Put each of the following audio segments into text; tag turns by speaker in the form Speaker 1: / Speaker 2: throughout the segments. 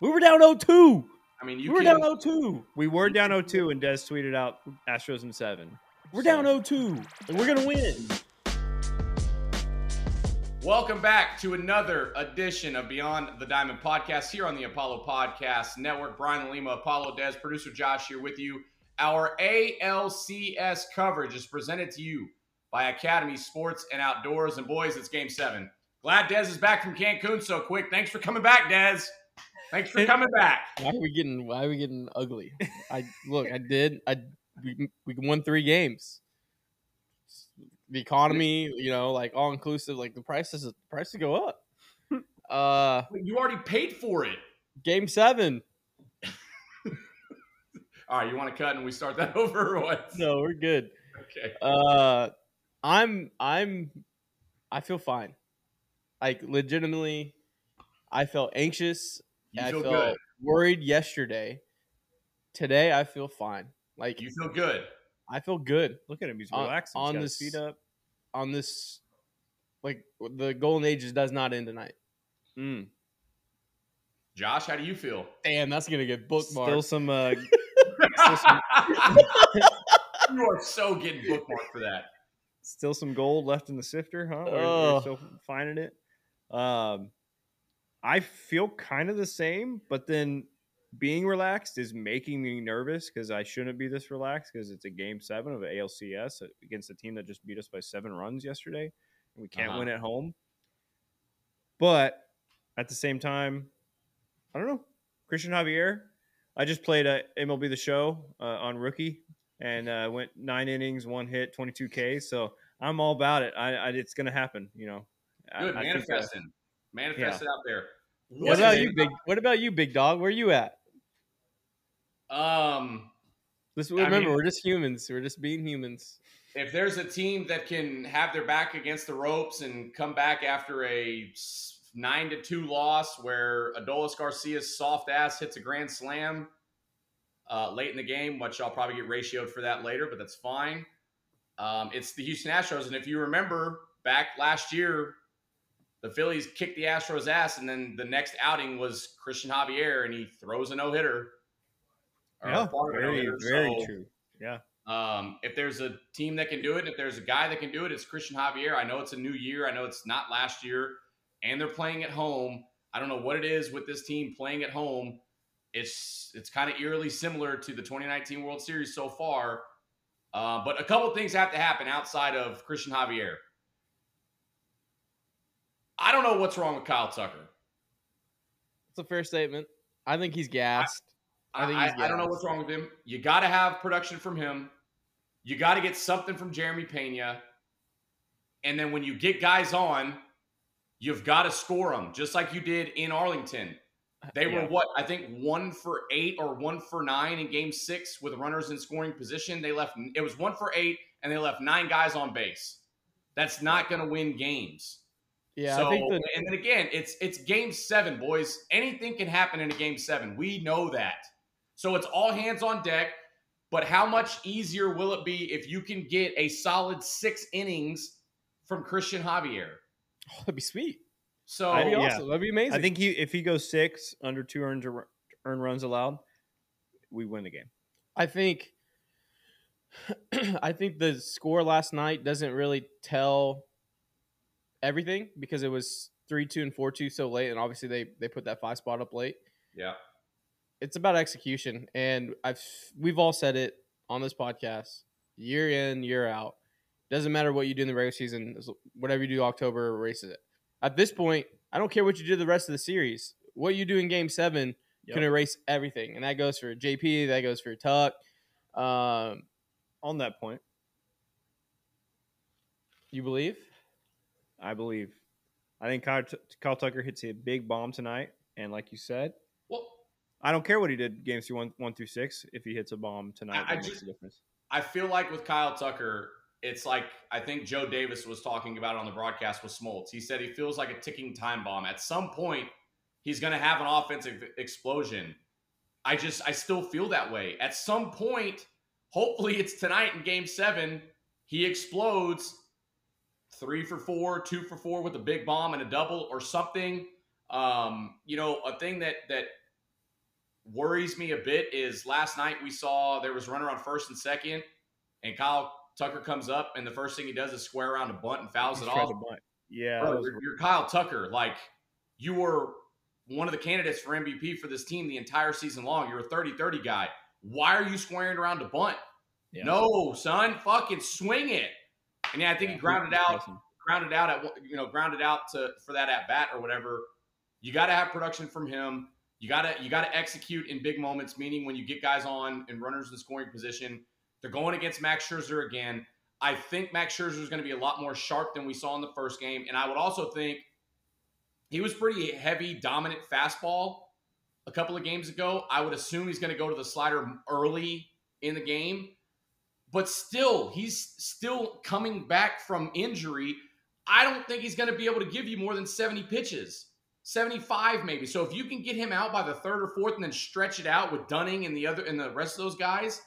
Speaker 1: We were down 0-2.
Speaker 2: I mean,
Speaker 1: We
Speaker 2: you
Speaker 1: were
Speaker 2: can,
Speaker 1: down 0-2.
Speaker 3: We were down 0-2, and Des tweeted out Astros in seven.
Speaker 1: We're down 0-2. And we're gonna win.
Speaker 2: Welcome back to another edition of Beyond the Diamond podcast here on the Apollo Podcast Network. Brian Lima, Apollo Des, producer Josh here with you. Our ALCS coverage is presented to you by Academy Sports and Outdoors. And boys, it's game seven. Glad Des is back from Cancun so quick. Thanks for coming back, Des. Thanks for coming back.
Speaker 4: Why are we getting? Why are we getting ugly? I look. I did. I we, we won three games. The economy, you know, like all inclusive, like the prices, the prices go up. Uh,
Speaker 2: You already paid for it.
Speaker 4: game seven.
Speaker 2: All right, you want to cut and we start that over or what?
Speaker 4: No, we're good.
Speaker 2: Okay.
Speaker 4: Uh, I'm. I'm. I feel fine. Like legitimately, I felt anxious.
Speaker 2: You
Speaker 4: I
Speaker 2: feel
Speaker 4: felt
Speaker 2: good.
Speaker 4: worried yesterday. Today, I feel fine. Like
Speaker 2: You feel good.
Speaker 4: I feel good.
Speaker 3: Look at him. He's
Speaker 4: On-
Speaker 3: relaxing.
Speaker 4: on
Speaker 3: On,
Speaker 4: this-
Speaker 3: his feet up.
Speaker 4: on this like the golden ages does not end tonight.
Speaker 3: Mm.
Speaker 2: Josh, how do you feel?
Speaker 4: Damn, that's gonna get
Speaker 3: Still
Speaker 4: bookmarked.
Speaker 3: some uh,
Speaker 2: you are so getting bookmarked for that.
Speaker 3: still some gold left in the sifter, huh? We're, we're
Speaker 4: Oh.
Speaker 3: still finding it. Um, I feel kind of the same, but then being relaxed is making me nervous because I shouldn't be this relaxed because it's a game seven of ALCS against a team that just beat us by seven runs yesterday, and we can't
Speaker 2: Uh-huh.
Speaker 3: win at home. But at the same time, I don't know. Christian Javier, I just played uh, MLB The Show uh, on rookie and uh, went nine innings, one hit, 22 K. So I'm all about it. I, I it's gonna happen. You know, I-
Speaker 2: Good
Speaker 3: I think, uh,
Speaker 2: manifesting. Manifest it out there.
Speaker 4: What about you, big? What about you, big dog? Where you at?
Speaker 2: Um,
Speaker 4: Let's remember,
Speaker 2: mean-
Speaker 4: we're just humans. We're just being humans.
Speaker 2: if there's a team that can have their back against the ropes and come back after a s- nine to two loss where Adolis Garcia's soft ass hits a grand slam uh, late in the game, which I'll probably get ratioed for that later, but that's fine. Um, it's the Houston Astros, and if you remember back last year, the Phillies kicked the Astros' ass, and then the next outing was Christian Javier, and he throws a no hitter.
Speaker 3: yeah, very very true.
Speaker 2: Um, if there's a team that can do it, if there's a guy that can do it, it's Christian Javier. I know it's a new year. I know it's not last year, and they're playing at home. I don't know what it is with this team playing at home. It's it's kind of eerily similar to the 2019 World Series so far. Uh, but a couple things have to happen outside of Christian Javier. I don't know what's wrong with Kyle Tucker.
Speaker 4: That's a fair statement. I think he's gassed.
Speaker 2: I,
Speaker 4: I think he's
Speaker 2: I, I don't know
Speaker 4: gassed.
Speaker 2: what's wrong with him. You got to have production from him. You got to get something from Jeremy Pena. And then when you get guys on, you've got to score them, just like you did in Arlington. They were
Speaker 3: Yeah.
Speaker 2: what? I think one for eight or one for nine in game six with runners in scoring position. They left, it was one for eight, and they left nine guys on base. That's not going to win games.
Speaker 4: Yeah,
Speaker 2: So,
Speaker 4: I think the
Speaker 2: and then again, it's it's game seven, boys. Anything can happen in a game seven. We know that. So it's all hands on deck. But how much easier will it be if you can get a solid six innings from Christian Javier?
Speaker 4: oh, that'd be sweet.
Speaker 2: So
Speaker 3: I-
Speaker 4: That'd be
Speaker 3: yeah.
Speaker 4: awesome. That'd be amazing.
Speaker 3: I think he if he goes six under two earned ru- earned runs allowed, we win the game.
Speaker 4: I think I think the score last night doesn't really tell everything because it was three two and four two so late, and obviously they they put that five spot up late.
Speaker 2: yeah,
Speaker 4: it's about execution and i've we've all said it on this podcast year in year out doesn't matter what you do in the regular season as- whatever you do october erases it at this point i don't care what you do the rest of the series what you do in game seven can
Speaker 3: Yep.
Speaker 4: erase everything and that goes for jp that goes for tuck um,
Speaker 3: On that point,
Speaker 4: you believe
Speaker 3: I believe. I think Kyle, Tu- Kyle Tucker hits a big bomb tonight, and like you said,
Speaker 2: well,
Speaker 3: I don't care what he did games through one one through six. If he hits a bomb tonight,
Speaker 2: I- I
Speaker 3: that makes
Speaker 2: just-
Speaker 3: a difference.
Speaker 2: I feel like with Kyle Tucker, it's like I think Joe Davis was talking about it on the broadcast with Smoltz. He said he feels like a ticking time bomb. At some point, he's going to have an offensive explosion. I just, I still feel that way. At some point, hopefully it's tonight in game seven, he explodes three for four, two for four with a big bomb and a double or something. Um, you know, a thing that, that worries me a bit is last night we saw there was runner on first and second, and Kyle Tucker comes up, and the first thing he does is square around a bunt and fouls
Speaker 3: He
Speaker 2: it
Speaker 3: tried
Speaker 2: off.
Speaker 3: to bunt. Yeah, that
Speaker 2: Bro,
Speaker 3: was-
Speaker 2: you're, you're Kyle Tucker. Like you were one of the candidates for MVP for this team the entire season long. You're a 30-30 guy. Why are you squaring around a bunt?
Speaker 3: Yeah.
Speaker 2: No, son, fucking swing it. And yeah, I think
Speaker 3: yeah,
Speaker 2: he grounded out
Speaker 3: awesome.
Speaker 2: grounded out at one- you know grounded out to for that at bat or whatever. You got to have production from him. You gotta you gotta execute in big moments. Meaning when you get guys on and runners in scoring position, they're going against Max Scherzer again. I think Max Scherzer is going to be a lot more sharp than we saw in the first game, and I would also think he was pretty heavy, dominant fastball a couple of games ago. I would assume he's going to go to the slider early in the game, but still, he's still coming back from injury. I don't think he's going to be able to give you more than 70 pitches, 75 maybe. So if you can get him out by the third or fourth and then stretch it out with Dunning and the other and the rest of those guys,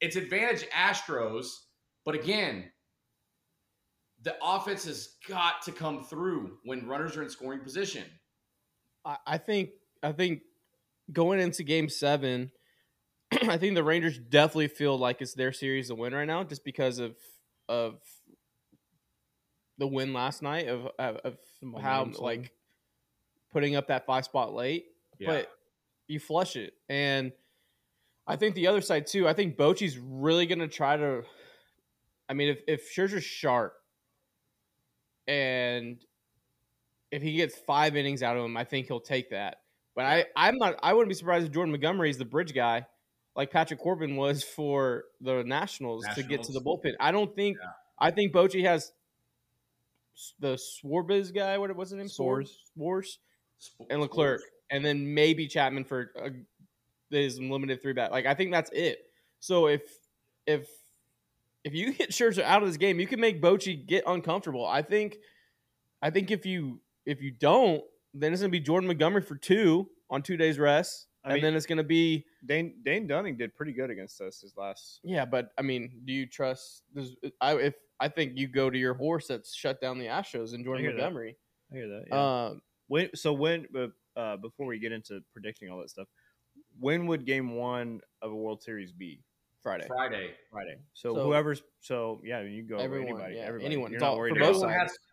Speaker 2: it's advantage Astros. But again, the offense has got to come through when runners are in scoring position.
Speaker 4: I, I think I think going into game seven, I think the Rangers definitely feel like it's their series to win right now, just because of of the win last night of of, of how
Speaker 1: Momentum.
Speaker 4: like putting up that five spot late,
Speaker 2: But
Speaker 4: but you flush it, and I think the other side too. I think Bochy's really going to try to. I mean, if if Scherzer's sharp, and if he gets five innings out of him, I think he'll take that. But I, I'm not. I wouldn't be surprised if Jordan Montgomery is the bridge guy, like Patrick Corbin was for the Nationals, to get to the bullpen. I don't think. I think Bochy has s- the Swarbiz guy. What was his name?
Speaker 1: Swars.
Speaker 4: Swars and Leclerc, and then maybe Chapman for uh, his limited three bat. Like I think that's it. So if if if you get Scherzer out of this game, you can make Bochy get uncomfortable. I think I think if you if you don't, then it's gonna be Jordan Montgomery for two on two days rest,
Speaker 3: I
Speaker 4: and
Speaker 3: mean-
Speaker 4: then it's gonna be
Speaker 3: Dane Dane Dunning did pretty good against us his last.
Speaker 4: yeah. But I mean, do you trust? Does, I if I think you go to your horse that's shut down the Astros and Jordan
Speaker 3: hear that.
Speaker 4: Montgomery.
Speaker 3: I hear that.
Speaker 4: Um,
Speaker 3: Uh, when so when uh, uh, before we get into predicting all that stuff, when would Game One of a World Series be?
Speaker 4: Friday.
Speaker 2: Friday.
Speaker 3: Friday. So,
Speaker 4: So-
Speaker 3: whoever's so yeah, you can go
Speaker 4: Everyone,
Speaker 3: anybody,
Speaker 4: yeah,
Speaker 3: everybody.
Speaker 4: anyone.
Speaker 3: You're
Speaker 4: It's
Speaker 3: not
Speaker 4: all-
Speaker 3: worried
Speaker 4: for
Speaker 3: about
Speaker 4: both
Speaker 2: Everyone
Speaker 4: sides.
Speaker 2: has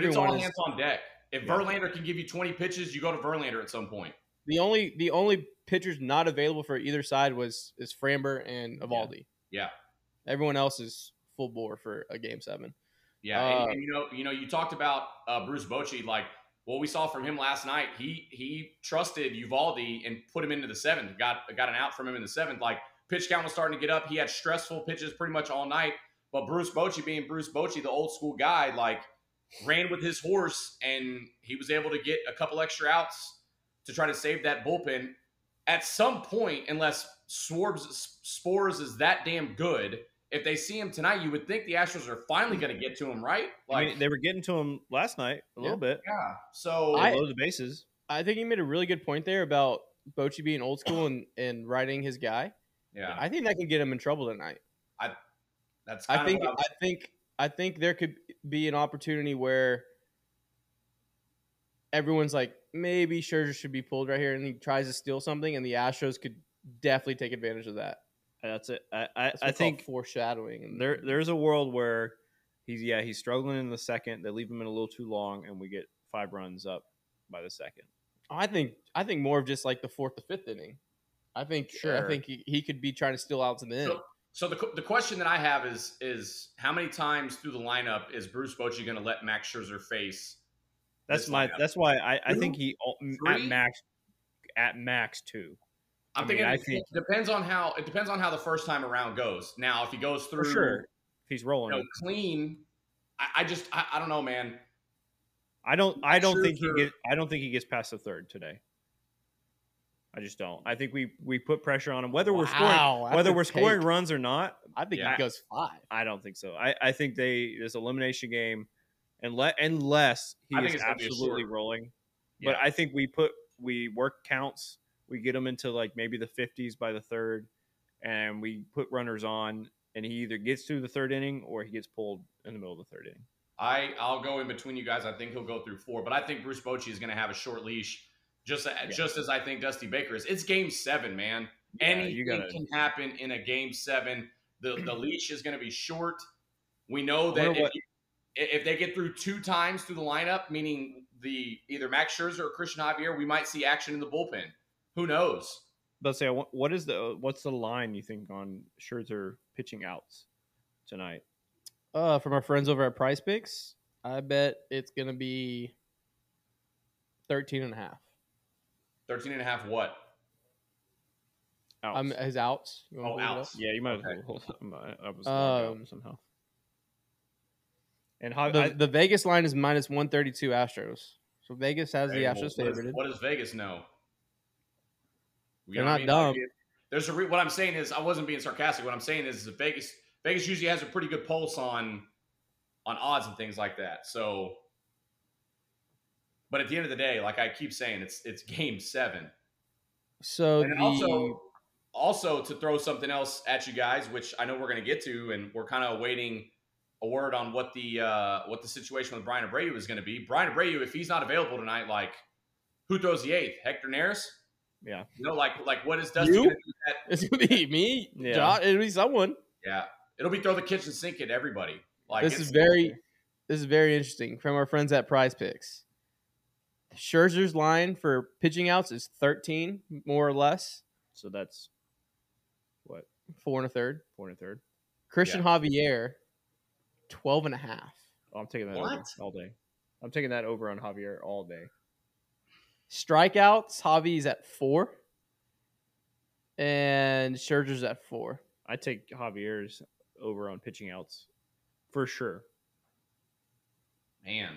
Speaker 2: Dude, it's all
Speaker 4: Everyone is-
Speaker 2: hands on deck. If
Speaker 3: Yeah.
Speaker 2: Verlander can give you 20 pitches, you go to Verlander at some point.
Speaker 4: The only the only pitchers not available for either side was is Framber and Evaldi.
Speaker 2: Yeah.
Speaker 4: Everyone else is full bore for a game seven.
Speaker 2: Yeah, and-
Speaker 4: Uh,
Speaker 2: and, you know, you know, you talked about uh, Bruce Bochy. Like what we saw from him last night, he he trusted Uvaldi and put him into the seventh. Got got an out from him in the seventh. Like pitch count was starting to get up. He had stressful pitches pretty much all night. But Bruce Bochy, being Bruce Bochy, the old school guy, like ran with his horse and he was able to get a couple extra outs to try to save that bullpen. At some point, unless Swarms Spores is that damn good, if they see him tonight, you would think the Astros are finally going to get to him, right?
Speaker 3: I
Speaker 2: Like,
Speaker 3: mean, they were getting to him last night a little bit.
Speaker 2: yeah. So
Speaker 4: I-
Speaker 3: below the bases.
Speaker 4: I think you made a really good point there about Bochy being old school and, and riding his guy.
Speaker 2: yeah,
Speaker 4: I think that can get him in trouble tonight.
Speaker 2: that's. Kind
Speaker 4: I think
Speaker 2: Of
Speaker 4: I think I think there could be an opportunity where everyone's like, maybe Scherzer should be pulled right here, and he tries to steal something, and the Astros could definitely take advantage of that.
Speaker 3: That's it. I I,
Speaker 4: That's what we
Speaker 3: I
Speaker 4: call
Speaker 3: think
Speaker 4: foreshadowing. and-
Speaker 3: there there's a world where he's yeah he's struggling in the second. They leave him in a little too long, and we get five runs up by the second.
Speaker 4: I think I think more of just like the fourth to fifth inning. I think I
Speaker 3: Sure.
Speaker 4: think he, he could be trying to steal out to the end.
Speaker 2: So- so the, qu- the question that I have is is how many times through the lineup is Bruce Bochy going to let Max Scherzer face?
Speaker 3: That's
Speaker 2: This
Speaker 3: my.
Speaker 2: lineup.
Speaker 3: That's why I, I think
Speaker 2: Two,
Speaker 3: he at
Speaker 2: three?
Speaker 3: max at max two.
Speaker 2: I'm
Speaker 3: I mean,
Speaker 2: thinking
Speaker 3: I
Speaker 2: it
Speaker 3: think-
Speaker 2: depends on how it depends on how the first time around goes. Now, if he goes through
Speaker 3: for sure. If he's
Speaker 2: you
Speaker 3: rolling,
Speaker 2: know, clean, I, I just I, I don't know, man.
Speaker 3: I don't. I don't think he
Speaker 2: Scherzer-
Speaker 3: gets. I don't think he gets past the third today. I just don't. I think we we put pressure on him, whether we're scoring,
Speaker 4: Wow, that's
Speaker 3: whether
Speaker 4: a
Speaker 3: we're scoring
Speaker 4: take.
Speaker 3: runs or not.
Speaker 4: I think
Speaker 2: Yeah.
Speaker 4: he goes five.
Speaker 3: I don't think so. I, I think they this elimination game, unless unless he
Speaker 2: I think
Speaker 3: is
Speaker 2: it's gonna be a short-
Speaker 3: absolutely rolling,
Speaker 2: Yeah.
Speaker 3: but I think we put we work counts. We get him into like maybe the fifties by the third, and we put runners on, and he either gets through the third inning or he gets pulled in the middle of the third inning.
Speaker 2: I I'll go in between you guys. I think he'll go through four, but I think Bruce Bochy is going to have a short leash Just uh, just as I think Dusty Baker is. It's game seven, man. Anything
Speaker 3: you gotta-
Speaker 2: can happen in a game seven. The the leash is going to be short. We know that
Speaker 3: wonder
Speaker 2: if,
Speaker 3: what-
Speaker 2: you- i- if they get through two times through the lineup, meaning the either Max Scherzer or Christian Javier, we might see action in the bullpen. Who knows?
Speaker 3: Let's say, what what is the what's the line you think on Scherzer pitching outs tonight?
Speaker 4: Uh, from our friends over at Price Picks, I bet it's gonna be 13 and a half.
Speaker 2: 13 and a half what?
Speaker 3: Outs.
Speaker 4: Um, his outs. You wanna
Speaker 2: Oh,
Speaker 4: bring it up?
Speaker 2: outs.
Speaker 3: yeah, you might
Speaker 2: okay.
Speaker 3: as well. I'm- I I was logged out
Speaker 4: Um,
Speaker 3: somehow. And Javi,
Speaker 4: The, the Vegas line is minus 132 Astros. So Vegas has the
Speaker 2: Hey, well,
Speaker 4: Astros
Speaker 2: what does-
Speaker 4: favored.
Speaker 2: What does Vegas know? You
Speaker 4: They're
Speaker 2: know what I
Speaker 4: not
Speaker 2: mean?
Speaker 4: dumb.
Speaker 2: There's a re- what I'm saying is I wasn't being sarcastic. What I'm saying is that Vegas Vegas usually has a pretty good pulse on on odds and things like that. So, but at the end of the day, like I keep saying, it's it's game seven.
Speaker 4: So
Speaker 2: And
Speaker 4: the,
Speaker 2: also, also to throw something else at you guys, which I know we're going to get to, and we're kind of awaiting a word on what the uh, what the situation with Brian Abreu is going to be. Brian Abreu, if he's not available tonight, like who throws the eighth? Hector Neris?
Speaker 3: Yeah.
Speaker 2: You know, like like what is Dusty?
Speaker 1: You?
Speaker 2: Gonna do?
Speaker 4: it's gonna be me,
Speaker 3: Yeah.
Speaker 4: Josh, it'll be someone.
Speaker 2: Yeah, it'll be throw the kitchen sink at everybody. Like
Speaker 4: this
Speaker 2: it's-
Speaker 4: is very this is very interesting from our friends at Prize Picks. Scherzer's line for pitching outs is 13, more or less,
Speaker 3: so that's what
Speaker 4: four and a third.
Speaker 3: four and a third.
Speaker 4: Christian Javier, 12 and a half.
Speaker 3: Oh, I'm taking that over
Speaker 2: What?
Speaker 3: all day. I'm taking that over on Javier all day.
Speaker 4: Strikeouts, Javi's at four. And Scherzer's at four.
Speaker 3: I take Javier's over on pitching outs for sure.
Speaker 2: man.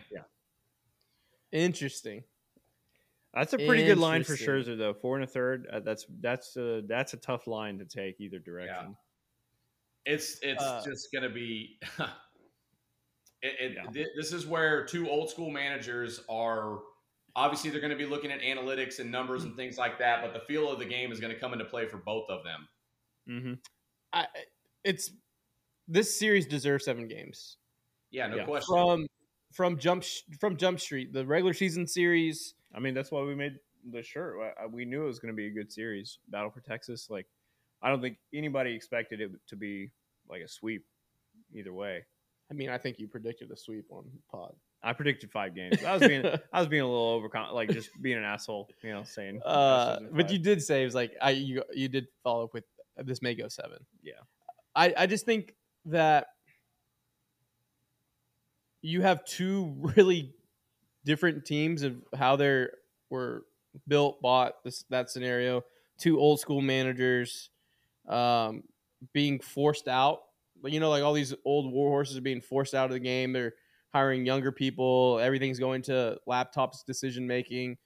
Speaker 4: Interesting.
Speaker 3: That's a pretty good line for
Speaker 4: Interesting.
Speaker 3: Scherzer though. Four and a third. Uh, that's that's a that's a tough line to take either direction.
Speaker 2: It's it's
Speaker 4: Uh,
Speaker 2: just gonna be. it, it,
Speaker 3: Yeah.
Speaker 2: thi- this is where two old school managers are. Obviously, they're going to be looking at analytics and numbers
Speaker 4: Mm-hmm.
Speaker 2: and things like that, but the feel of the game is going to come into play for both of them.
Speaker 3: Mm-hmm.
Speaker 4: I, it's this series deserves seven games.
Speaker 2: Yeah, no
Speaker 3: Yeah.
Speaker 2: question.
Speaker 4: From from jump Sh- from Jump Street, the regular season series,
Speaker 3: I mean, that's why we made the shirt. I- I- We knew it was going to be a good series. Battle for Texas. Like, I don't think anybody expected it to be like a sweep either way.
Speaker 4: I mean, I think you predicted a sweep on pod.
Speaker 3: I predicted five games. I was being I was being a little over like just being an asshole, you know, saying.
Speaker 4: uh,
Speaker 3: Texas in
Speaker 4: but
Speaker 3: five.
Speaker 4: you did say it was like I you you did follow up with this may go seven.
Speaker 3: Yeah.
Speaker 4: I I just think that you have two really different teams of how they're were built, bought this that scenario. Two old school managers um, being forced out. Like, You know, like all these old war horses are being forced out of the game. They're hiring younger people. Everything's going to laptops decision making.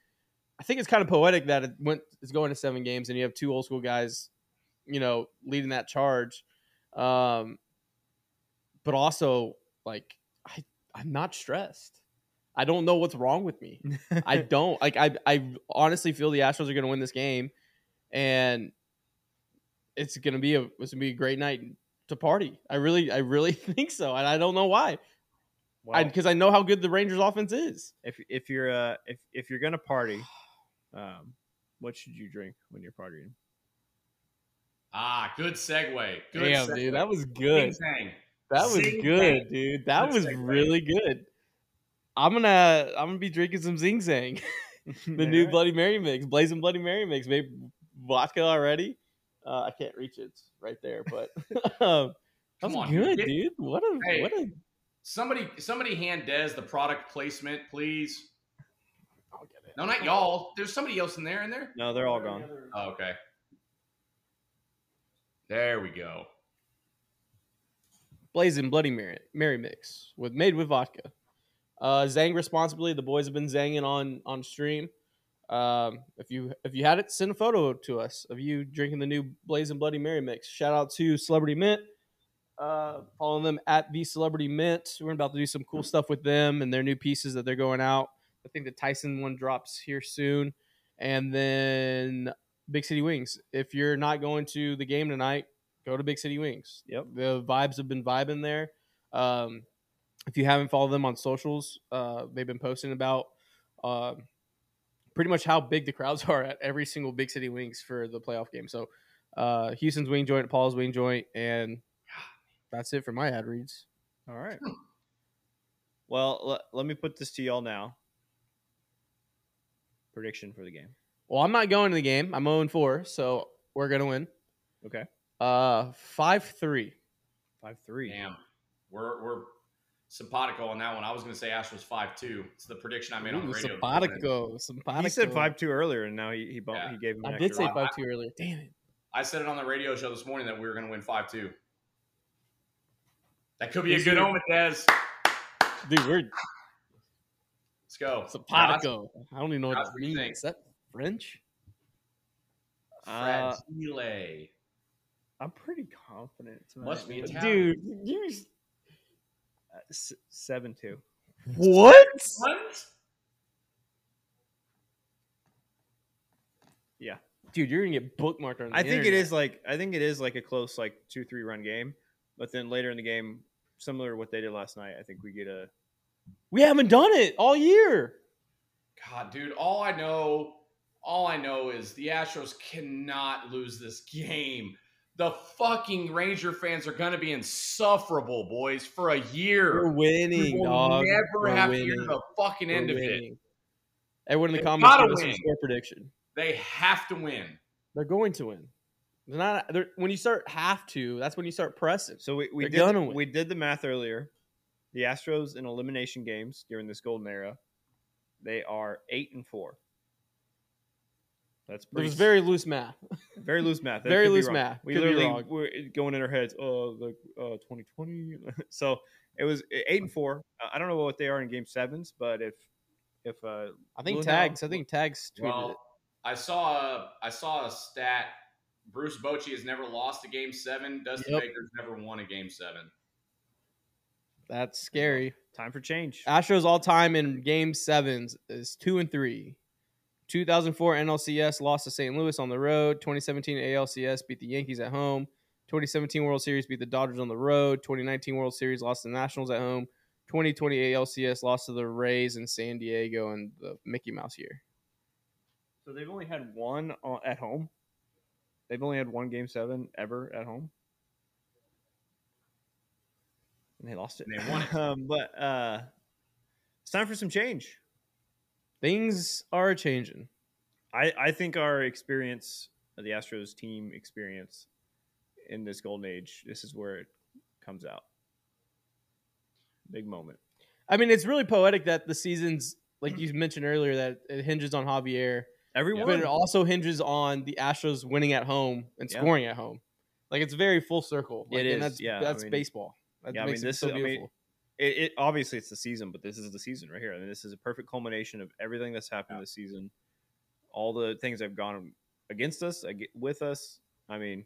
Speaker 4: I think it's kind of poetic that it went it's going to seven games and you have two old school guys, you know, leading that charge. Um, but also like I I'm not stressed. I don't know what's wrong with me. I don't like I I honestly feel the Astros are going to win this game and it's going to be a it's going to be a great night to party. I really I really think so and I don't know why.
Speaker 3: Well,
Speaker 4: I cuz I know how good the Rangers offense is.
Speaker 3: if if you're uh if if you're gonna party, um, what should you drink when you're partying?
Speaker 2: ah, good segue. Good segue.
Speaker 4: that was good.
Speaker 2: Ding dang.
Speaker 4: That was
Speaker 2: Zing
Speaker 4: good,
Speaker 2: Zang.
Speaker 4: dude. That
Speaker 2: Good
Speaker 4: was
Speaker 2: segue.
Speaker 4: really good. I'm gonna I'm gonna be drinking some Zing Zang, the new Bloody Mary mix, blazing Bloody Mary mix, maybe vodka already. Uh, I can't reach it it's right there, but um, that
Speaker 2: Come
Speaker 4: was
Speaker 2: on,
Speaker 4: good,
Speaker 2: dude.
Speaker 4: dude. What a
Speaker 2: Hey.
Speaker 4: what a
Speaker 2: Somebody, somebody hand Des the product placement, please.
Speaker 4: I'll get it.
Speaker 2: No, not y'all. There's somebody else in there. In there.
Speaker 3: No, they're all gone.
Speaker 2: Oh, okay. There we go.
Speaker 4: blazing Bloody Mary Mary mix with made with vodka. Uh, Zang responsibly. The boys have been zanging on on stream. Um, if you if you had it, send a photo to us of you drinking the new blazing Bloody Mary mix. Shout out to Celebrity Mint. Uh, following them at the Celebrity Mint. We're about to do some cool stuff with them and their new pieces that they're going out. I think the Tyson one drops here soon, and then Big City Wings. If you're not going to the game tonight, go to Big City Wings.
Speaker 3: Yep.
Speaker 4: The vibes have been vibing there. Um, if you haven't followed them on socials, uh, they've been posting about um pretty much how big the crowds are at every single big city wings for the playoff game. So uh, Houston's wing joint, Paul's wing joint, and that's it for my ad reads.
Speaker 3: All right. Well, le- let me put this to y'all now. Prediction for the game.
Speaker 4: Well, I'm not going to the game. I'm 0 4, so we're gonna win.
Speaker 3: Okay.
Speaker 4: Uh, five three.
Speaker 3: Five three.
Speaker 2: Damn, we're we're simpatico on that one. I was going to say Ash was five two. It's the prediction I made on the radio. this morning.
Speaker 4: Simpatico. Simpatico.
Speaker 3: He said five two earlier, and now he he, bumped,
Speaker 2: Yeah.
Speaker 3: he gave him. an
Speaker 4: I did
Speaker 3: extra
Speaker 4: say
Speaker 3: round.
Speaker 4: five two earlier. Damn it.
Speaker 2: I said it on the radio show this morning that we were going to win five two. That could be
Speaker 4: Yes,
Speaker 2: a good
Speaker 4: sir.
Speaker 2: omen, Dez.
Speaker 4: Dude, we're
Speaker 2: Let's go.
Speaker 4: simpatico. I don't even know what
Speaker 2: Ross,
Speaker 4: that
Speaker 2: what do you think?
Speaker 4: means. Is that French?
Speaker 3: Uh,
Speaker 2: Fragile.
Speaker 3: I'm pretty confident. tonight.
Speaker 2: Must be Italian.
Speaker 4: Dude,
Speaker 3: Uh, s- seven two.
Speaker 4: what?
Speaker 2: What?
Speaker 4: Dude, you're gonna get bookmarked on. The
Speaker 3: I think it
Speaker 4: internet.
Speaker 3: is like I think it is like a close like two three run game, but then later in the game, similar to what they did last night, I think we get a
Speaker 4: We haven't done it all year.
Speaker 2: God, dude, all I know, all I know is the Astros cannot lose this game. The fucking Ranger fans are gonna be insufferable, boys, for a year.
Speaker 4: We're winning,
Speaker 2: we will
Speaker 4: dog.
Speaker 2: never
Speaker 4: We're
Speaker 2: have
Speaker 4: winning.
Speaker 2: to hear the fucking
Speaker 4: We're
Speaker 2: end of it.
Speaker 4: winning. Everyone in the
Speaker 2: They
Speaker 4: comments
Speaker 2: gotta
Speaker 4: give us some
Speaker 2: win.
Speaker 4: score prediction.
Speaker 2: They have to win.
Speaker 4: They're going to win. They're not. They're, when you start have to, that's when you start pressing.
Speaker 3: So we, we
Speaker 4: They're
Speaker 3: did
Speaker 4: gonna win.
Speaker 3: we did the math earlier. The Astros in elimination games during this golden era, they are eight and four. That's
Speaker 4: It
Speaker 3: pretty
Speaker 4: was very loose math.
Speaker 3: very loose math. That
Speaker 4: very
Speaker 3: could be
Speaker 4: loose
Speaker 3: wrong.
Speaker 4: math.
Speaker 3: We
Speaker 4: Could be
Speaker 3: literally
Speaker 4: wrong.
Speaker 3: were going in our heads. Oh, like uh, twenty twenty. so it was eight and four. Uh, I don't know what they are in game sevens, but if if uh,
Speaker 4: I think
Speaker 3: Well, now-
Speaker 4: tags. I think tags tweeted
Speaker 2: Well,
Speaker 4: it.
Speaker 2: I saw a, I saw a stat. Bruce Bochy has never lost a game seven. Dustin
Speaker 4: Yep.
Speaker 2: Baker's never won a game seven.
Speaker 4: That's scary.
Speaker 3: time for change,
Speaker 4: Astros all time in game sevens is two and three. 2004 NLCS lost to St. Louis on the road. 2017 ALCS beat the Yankees at home. 2017 World Series beat the Dodgers on the road. 2019 World Series lost to the Nationals at home. 2020 ALCS lost to the Rays in San Diego in the Mickey Mouse year.
Speaker 3: so they've only had one on, at home. They've only had one game seven ever at home, and they lost it.
Speaker 2: And they won it.
Speaker 3: um, but uh, it's time for some change.
Speaker 4: Things are changing.
Speaker 3: I, I think our experience, the Astros team experience in this golden age, this is where it comes out. Big moment.
Speaker 4: I mean, it's really poetic that the season's like you mentioned earlier that it hinges on Javier.
Speaker 3: Everyone.
Speaker 4: But it also hinges on the Astros winning at home and
Speaker 3: Yeah.
Speaker 4: scoring at home. Like it's very full circle. Like,
Speaker 3: It
Speaker 4: and
Speaker 3: is,
Speaker 4: That's,
Speaker 3: yeah, I
Speaker 4: That's
Speaker 3: mean-
Speaker 4: baseball. That
Speaker 3: Yeah, I
Speaker 4: makes
Speaker 3: mean,
Speaker 4: it
Speaker 3: this
Speaker 4: so
Speaker 3: is- I mean,
Speaker 4: beautiful.
Speaker 3: it, it obviously it's the season, but this is the season right here. I mean, this is a perfect culmination of everything that's happened this season, all the things that have gone against us, ag- with us. I mean,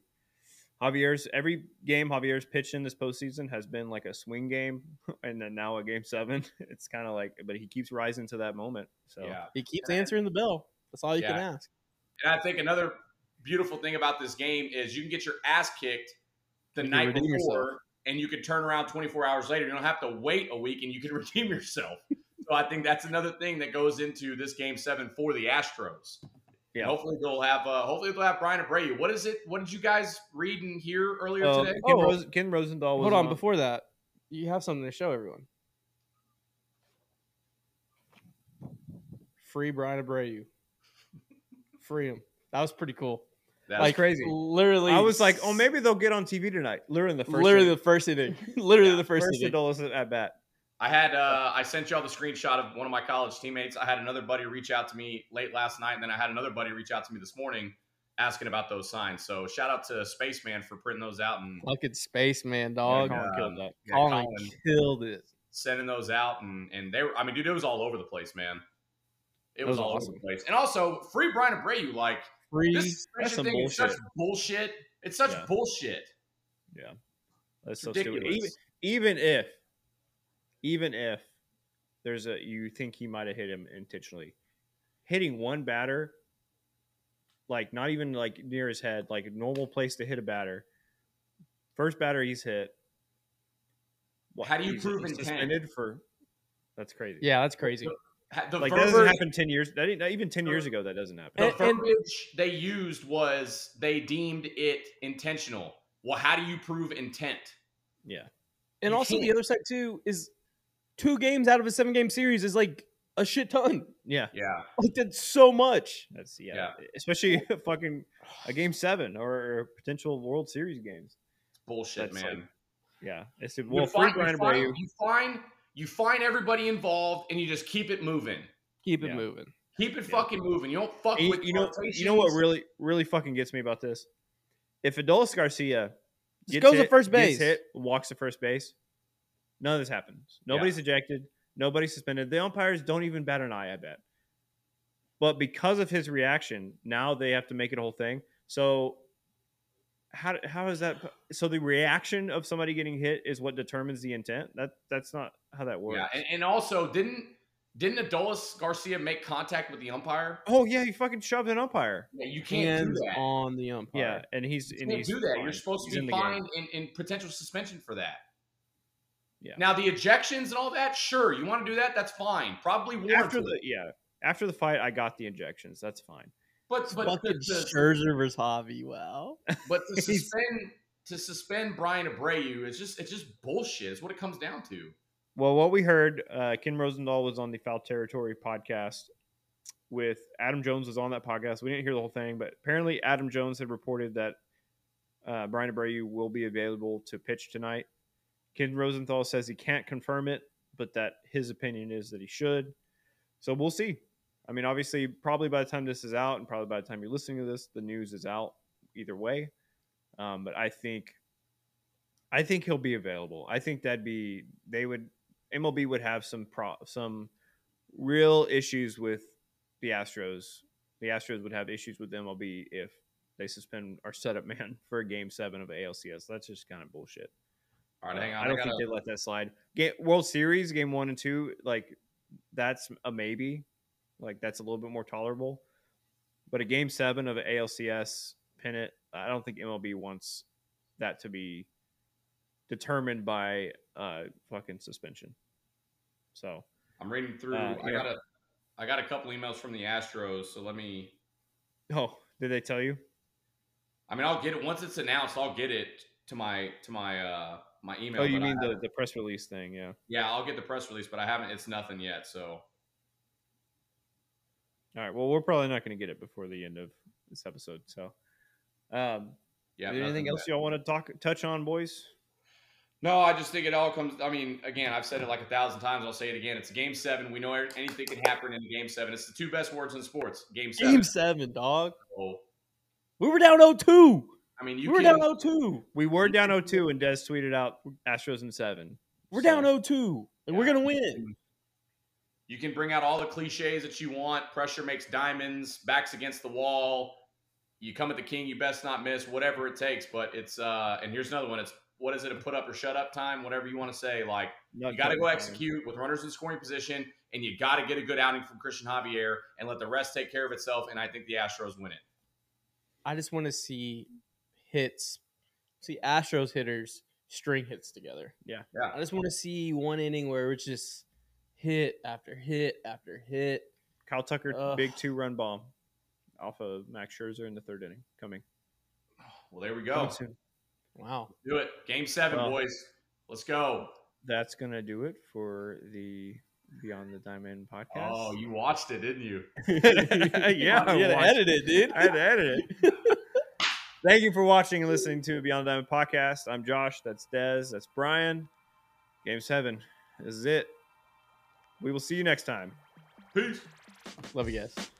Speaker 3: Javier's every game Javier's pitched in this postseason has been like a swing game, and then now a game seven. It's kind of like, but he keeps rising to that moment. So
Speaker 2: Yeah.
Speaker 4: he keeps answering the bell. That's all you can ask.
Speaker 2: And I think another beautiful thing about this game is you can get your ass kicked the
Speaker 4: You can
Speaker 2: night
Speaker 4: redeem
Speaker 2: before,
Speaker 4: yourself.
Speaker 2: and you can turn around 24 hours later. You don't have to wait a week, and you can redeem yourself. so I think that's another thing that goes into this game seven for the Astros.
Speaker 3: Yeah.
Speaker 2: And hopefully they'll have. Uh, hopefully they'll have Brian Abreu. What is it? What did you guys read and hear earlier
Speaker 3: Uh,
Speaker 2: today?
Speaker 3: Ken,
Speaker 4: Oh.
Speaker 3: Ros- Ken Rosenthal was
Speaker 4: Hold on. Before that, you have something to show everyone. Free Brian Abreu. Free him. That was pretty cool.
Speaker 2: That's
Speaker 4: like
Speaker 3: crazy.
Speaker 4: Literally,
Speaker 3: I was like, oh, maybe they'll get on TV tonight. Literally the first,
Speaker 4: Literally
Speaker 3: inning.
Speaker 4: the first inning. Literally
Speaker 2: Yeah,
Speaker 4: the first,
Speaker 3: first
Speaker 4: inning.
Speaker 3: Adolis at bat.
Speaker 2: I had uh, I sent y'all the screenshot of one of my college teammates. I had another buddy reach out to me late last night, and then I had another buddy reach out to me this morning asking about those signs. So shout out to Spaceman for printing those out and
Speaker 4: Fucking spaceman, dog.
Speaker 2: Colin
Speaker 4: killed that.
Speaker 2: yeah,
Speaker 4: Colin
Speaker 2: Colin.
Speaker 4: killed it.
Speaker 2: sending those out. And and they were, I mean, dude, it was all over the place, man. It
Speaker 4: That
Speaker 2: was,
Speaker 4: was
Speaker 2: all
Speaker 4: awesome.
Speaker 2: over the place. And also, free Brian Abreu. Like
Speaker 4: Free.
Speaker 2: this suspension
Speaker 4: That's some
Speaker 2: thing is such
Speaker 4: bullshit.
Speaker 2: bullshit. It's such
Speaker 3: Yeah.
Speaker 2: bullshit.
Speaker 3: That's
Speaker 2: It's
Speaker 3: so stupid.
Speaker 2: ridiculous.
Speaker 3: Even, even if, even if there's a you think he might have hit him intentionally, hitting one batter, like not even like near his head, like a normal place to hit a batter. First batter he's hit. What,
Speaker 2: How do you
Speaker 3: he's-
Speaker 2: prove
Speaker 3: he's
Speaker 2: intent?
Speaker 3: suspended for? That's crazy.
Speaker 4: Yeah, that's crazy.
Speaker 2: Ha- The
Speaker 3: Like that doesn't
Speaker 2: verbiage,
Speaker 3: happen ten years. That ain't- even ten years ago, that doesn't happen.
Speaker 2: the
Speaker 4: And- and-
Speaker 2: verbiage they used was they deemed it intentional. Well, how do you prove intent?
Speaker 3: Yeah,
Speaker 4: And
Speaker 2: You
Speaker 4: also the
Speaker 2: can't.
Speaker 4: other side too is two games out of a seven game series is like a shit ton.
Speaker 3: yeah.
Speaker 2: Yeah.
Speaker 4: Like that's so much.
Speaker 3: That's yeah. Especially fucking a game seven or potential World Series games.
Speaker 2: Bullshit,
Speaker 3: That's
Speaker 2: man.
Speaker 3: like- Yeah, it's a,
Speaker 2: You
Speaker 3: well free
Speaker 2: find-
Speaker 3: Brian
Speaker 2: you, find,
Speaker 3: Abreu.
Speaker 2: you find you find everybody involved and you just keep it moving.
Speaker 4: Keep it
Speaker 3: Yeah.
Speaker 4: moving.
Speaker 2: Keep it
Speaker 3: Yeah.
Speaker 2: fucking moving. You don't fuck
Speaker 3: And You,
Speaker 2: with
Speaker 3: you know, you know what
Speaker 2: rotations.
Speaker 3: really really fucking gets me about this? If Adolis Garcia
Speaker 4: Just goes
Speaker 3: hit,
Speaker 4: to first
Speaker 3: gets
Speaker 4: base.
Speaker 3: hit, walks to first base, none of this happens. Nobody's ejected. Nobody's suspended. The umpires don't even bat an eye. I bet. But because of his reaction, now they have to make it a whole thing. So how how is that? So the reaction of somebody getting hit is what determines the intent. That that's not how that works.
Speaker 2: Yeah, and, and also didn't didn't Adolis Garcia make contact with the umpire?
Speaker 3: oh yeah, he fucking shoved an umpire.
Speaker 2: Yeah, you can't
Speaker 4: Hands
Speaker 2: do that.
Speaker 4: on the
Speaker 3: Yeah,
Speaker 4: umpire.
Speaker 3: and he's
Speaker 2: You
Speaker 3: and
Speaker 2: can't
Speaker 3: he's
Speaker 2: do that. You're
Speaker 3: fined.
Speaker 2: supposed
Speaker 3: He's
Speaker 2: to
Speaker 3: in
Speaker 2: be
Speaker 3: the game.
Speaker 2: fined in, in potential suspension for that.
Speaker 3: Yeah.
Speaker 2: Now the ejections and all that, sure. You want to do that? That's fine. Probably
Speaker 3: after
Speaker 2: warranted.
Speaker 3: the yeah after the fight i got the injections that's fine
Speaker 2: but but to,
Speaker 4: Fucking
Speaker 2: to-
Speaker 4: Scherzer versus Javi. Wow.
Speaker 2: but to suspend to suspend Brian Abreu is just it's just bullshit. It's what it comes down to.
Speaker 3: well what we heard uh, ken rosendahl was on the foul territory podcast with adam jones was on that podcast we didn't hear the whole thing but apparently adam jones had reported that uh, brian abreu will be available to pitch tonight ken rosenthal says he can't confirm it but that his opinion is that he should so we'll see i mean obviously probably by the time this is out and probably by the time you're listening to this the news is out either way um, but i think I think he'll be available. I think that'd be they would MLB would have some pro, some real issues with the Astros. The Astros would have issues with MLB if they suspend our setup man for a game seven of ALCS. That's just kind of bullshit.
Speaker 2: All right, hang on.
Speaker 3: I don't
Speaker 2: gotta-
Speaker 3: think they let that slide. Get World Series game one and two, like that's a maybe, like that's a little bit more tolerable. But a game seven of an ALCS pennant, I don't think MLB wants that to be determined by uh fucking suspension. So
Speaker 2: I'm reading through.
Speaker 3: Uh,
Speaker 2: I
Speaker 3: yeah.
Speaker 2: got a, I got a couple emails from the Astros. So let me.
Speaker 3: oh, did they tell you?
Speaker 2: I mean, I'll get it once it's announced. I'll get it to my to my uh my email.
Speaker 3: Oh, you
Speaker 2: but I
Speaker 3: mean the,
Speaker 2: haven't-
Speaker 3: the press release thing, yeah.
Speaker 2: yeah, I'll get the press release, but I haven't. It's nothing yet. So
Speaker 3: All right. Well we're probably not gonna get it before the end of this episode. So um
Speaker 2: yeah.
Speaker 3: is there
Speaker 2: nothing
Speaker 3: anything else
Speaker 2: yet.
Speaker 3: y'all want to talk touch on, boys?
Speaker 2: No, I just think it all comes. I mean, again, I've said it like a thousand times. I'll say it again. It's Game Seven. We know anything can happen in Game Seven. It's the two best words in sports. Game Seven.
Speaker 4: Game seven, dog.
Speaker 2: So,
Speaker 1: We were down 0-2.
Speaker 2: I mean,
Speaker 1: We
Speaker 2: you
Speaker 1: were
Speaker 2: can.
Speaker 1: down 0-2.
Speaker 3: We were down 0-2, and Des tweeted out Astros in seven.
Speaker 1: We're
Speaker 3: So,
Speaker 4: oh
Speaker 1: down 0-2. And we're
Speaker 2: Yeah.
Speaker 1: going to win.
Speaker 2: You can bring out all the cliches that you want. Pressure makes diamonds. Backs against the wall. You come at the king. You best not miss. Whatever it takes. But it's uh. And here's another one. It's what is it? A put up or shut up time. Whatever you want to say. Like
Speaker 3: not
Speaker 2: you got to
Speaker 3: fucking
Speaker 2: go
Speaker 3: fine.
Speaker 2: execute with runners in scoring position, and you got to get a good outing from Christian Javier, and let the rest take care of itself. And I think the Astros win it.
Speaker 4: I just want to see hits, see Astros hitters string hits together.
Speaker 3: Yeah.
Speaker 2: Yeah.
Speaker 4: I just want to see one inning where it's just hit after hit after hit.
Speaker 3: Kyle Tucker
Speaker 4: Ugh.
Speaker 3: big two run bomb off of Max Scherzer in the third inning coming.
Speaker 2: Well, there we
Speaker 3: coming
Speaker 2: go.
Speaker 1: Oh,
Speaker 3: soon.
Speaker 4: Wow.
Speaker 2: Do it. Game seven,
Speaker 3: Well-
Speaker 2: boys. Let's go.
Speaker 3: That's gonna do it for the Beyond the Diamond podcast.
Speaker 2: Oh, you watched it, didn't you?
Speaker 3: yeah, I
Speaker 4: you had to
Speaker 3: watched-
Speaker 4: edit it, dude.
Speaker 3: I had to edit it. Thank you for watching and listening to Beyond the Diamond podcast. I'm Josh. That's Dez. That's Brian. Game seven. This is it. We will see you next time.
Speaker 2: Peace.
Speaker 4: Love you guys.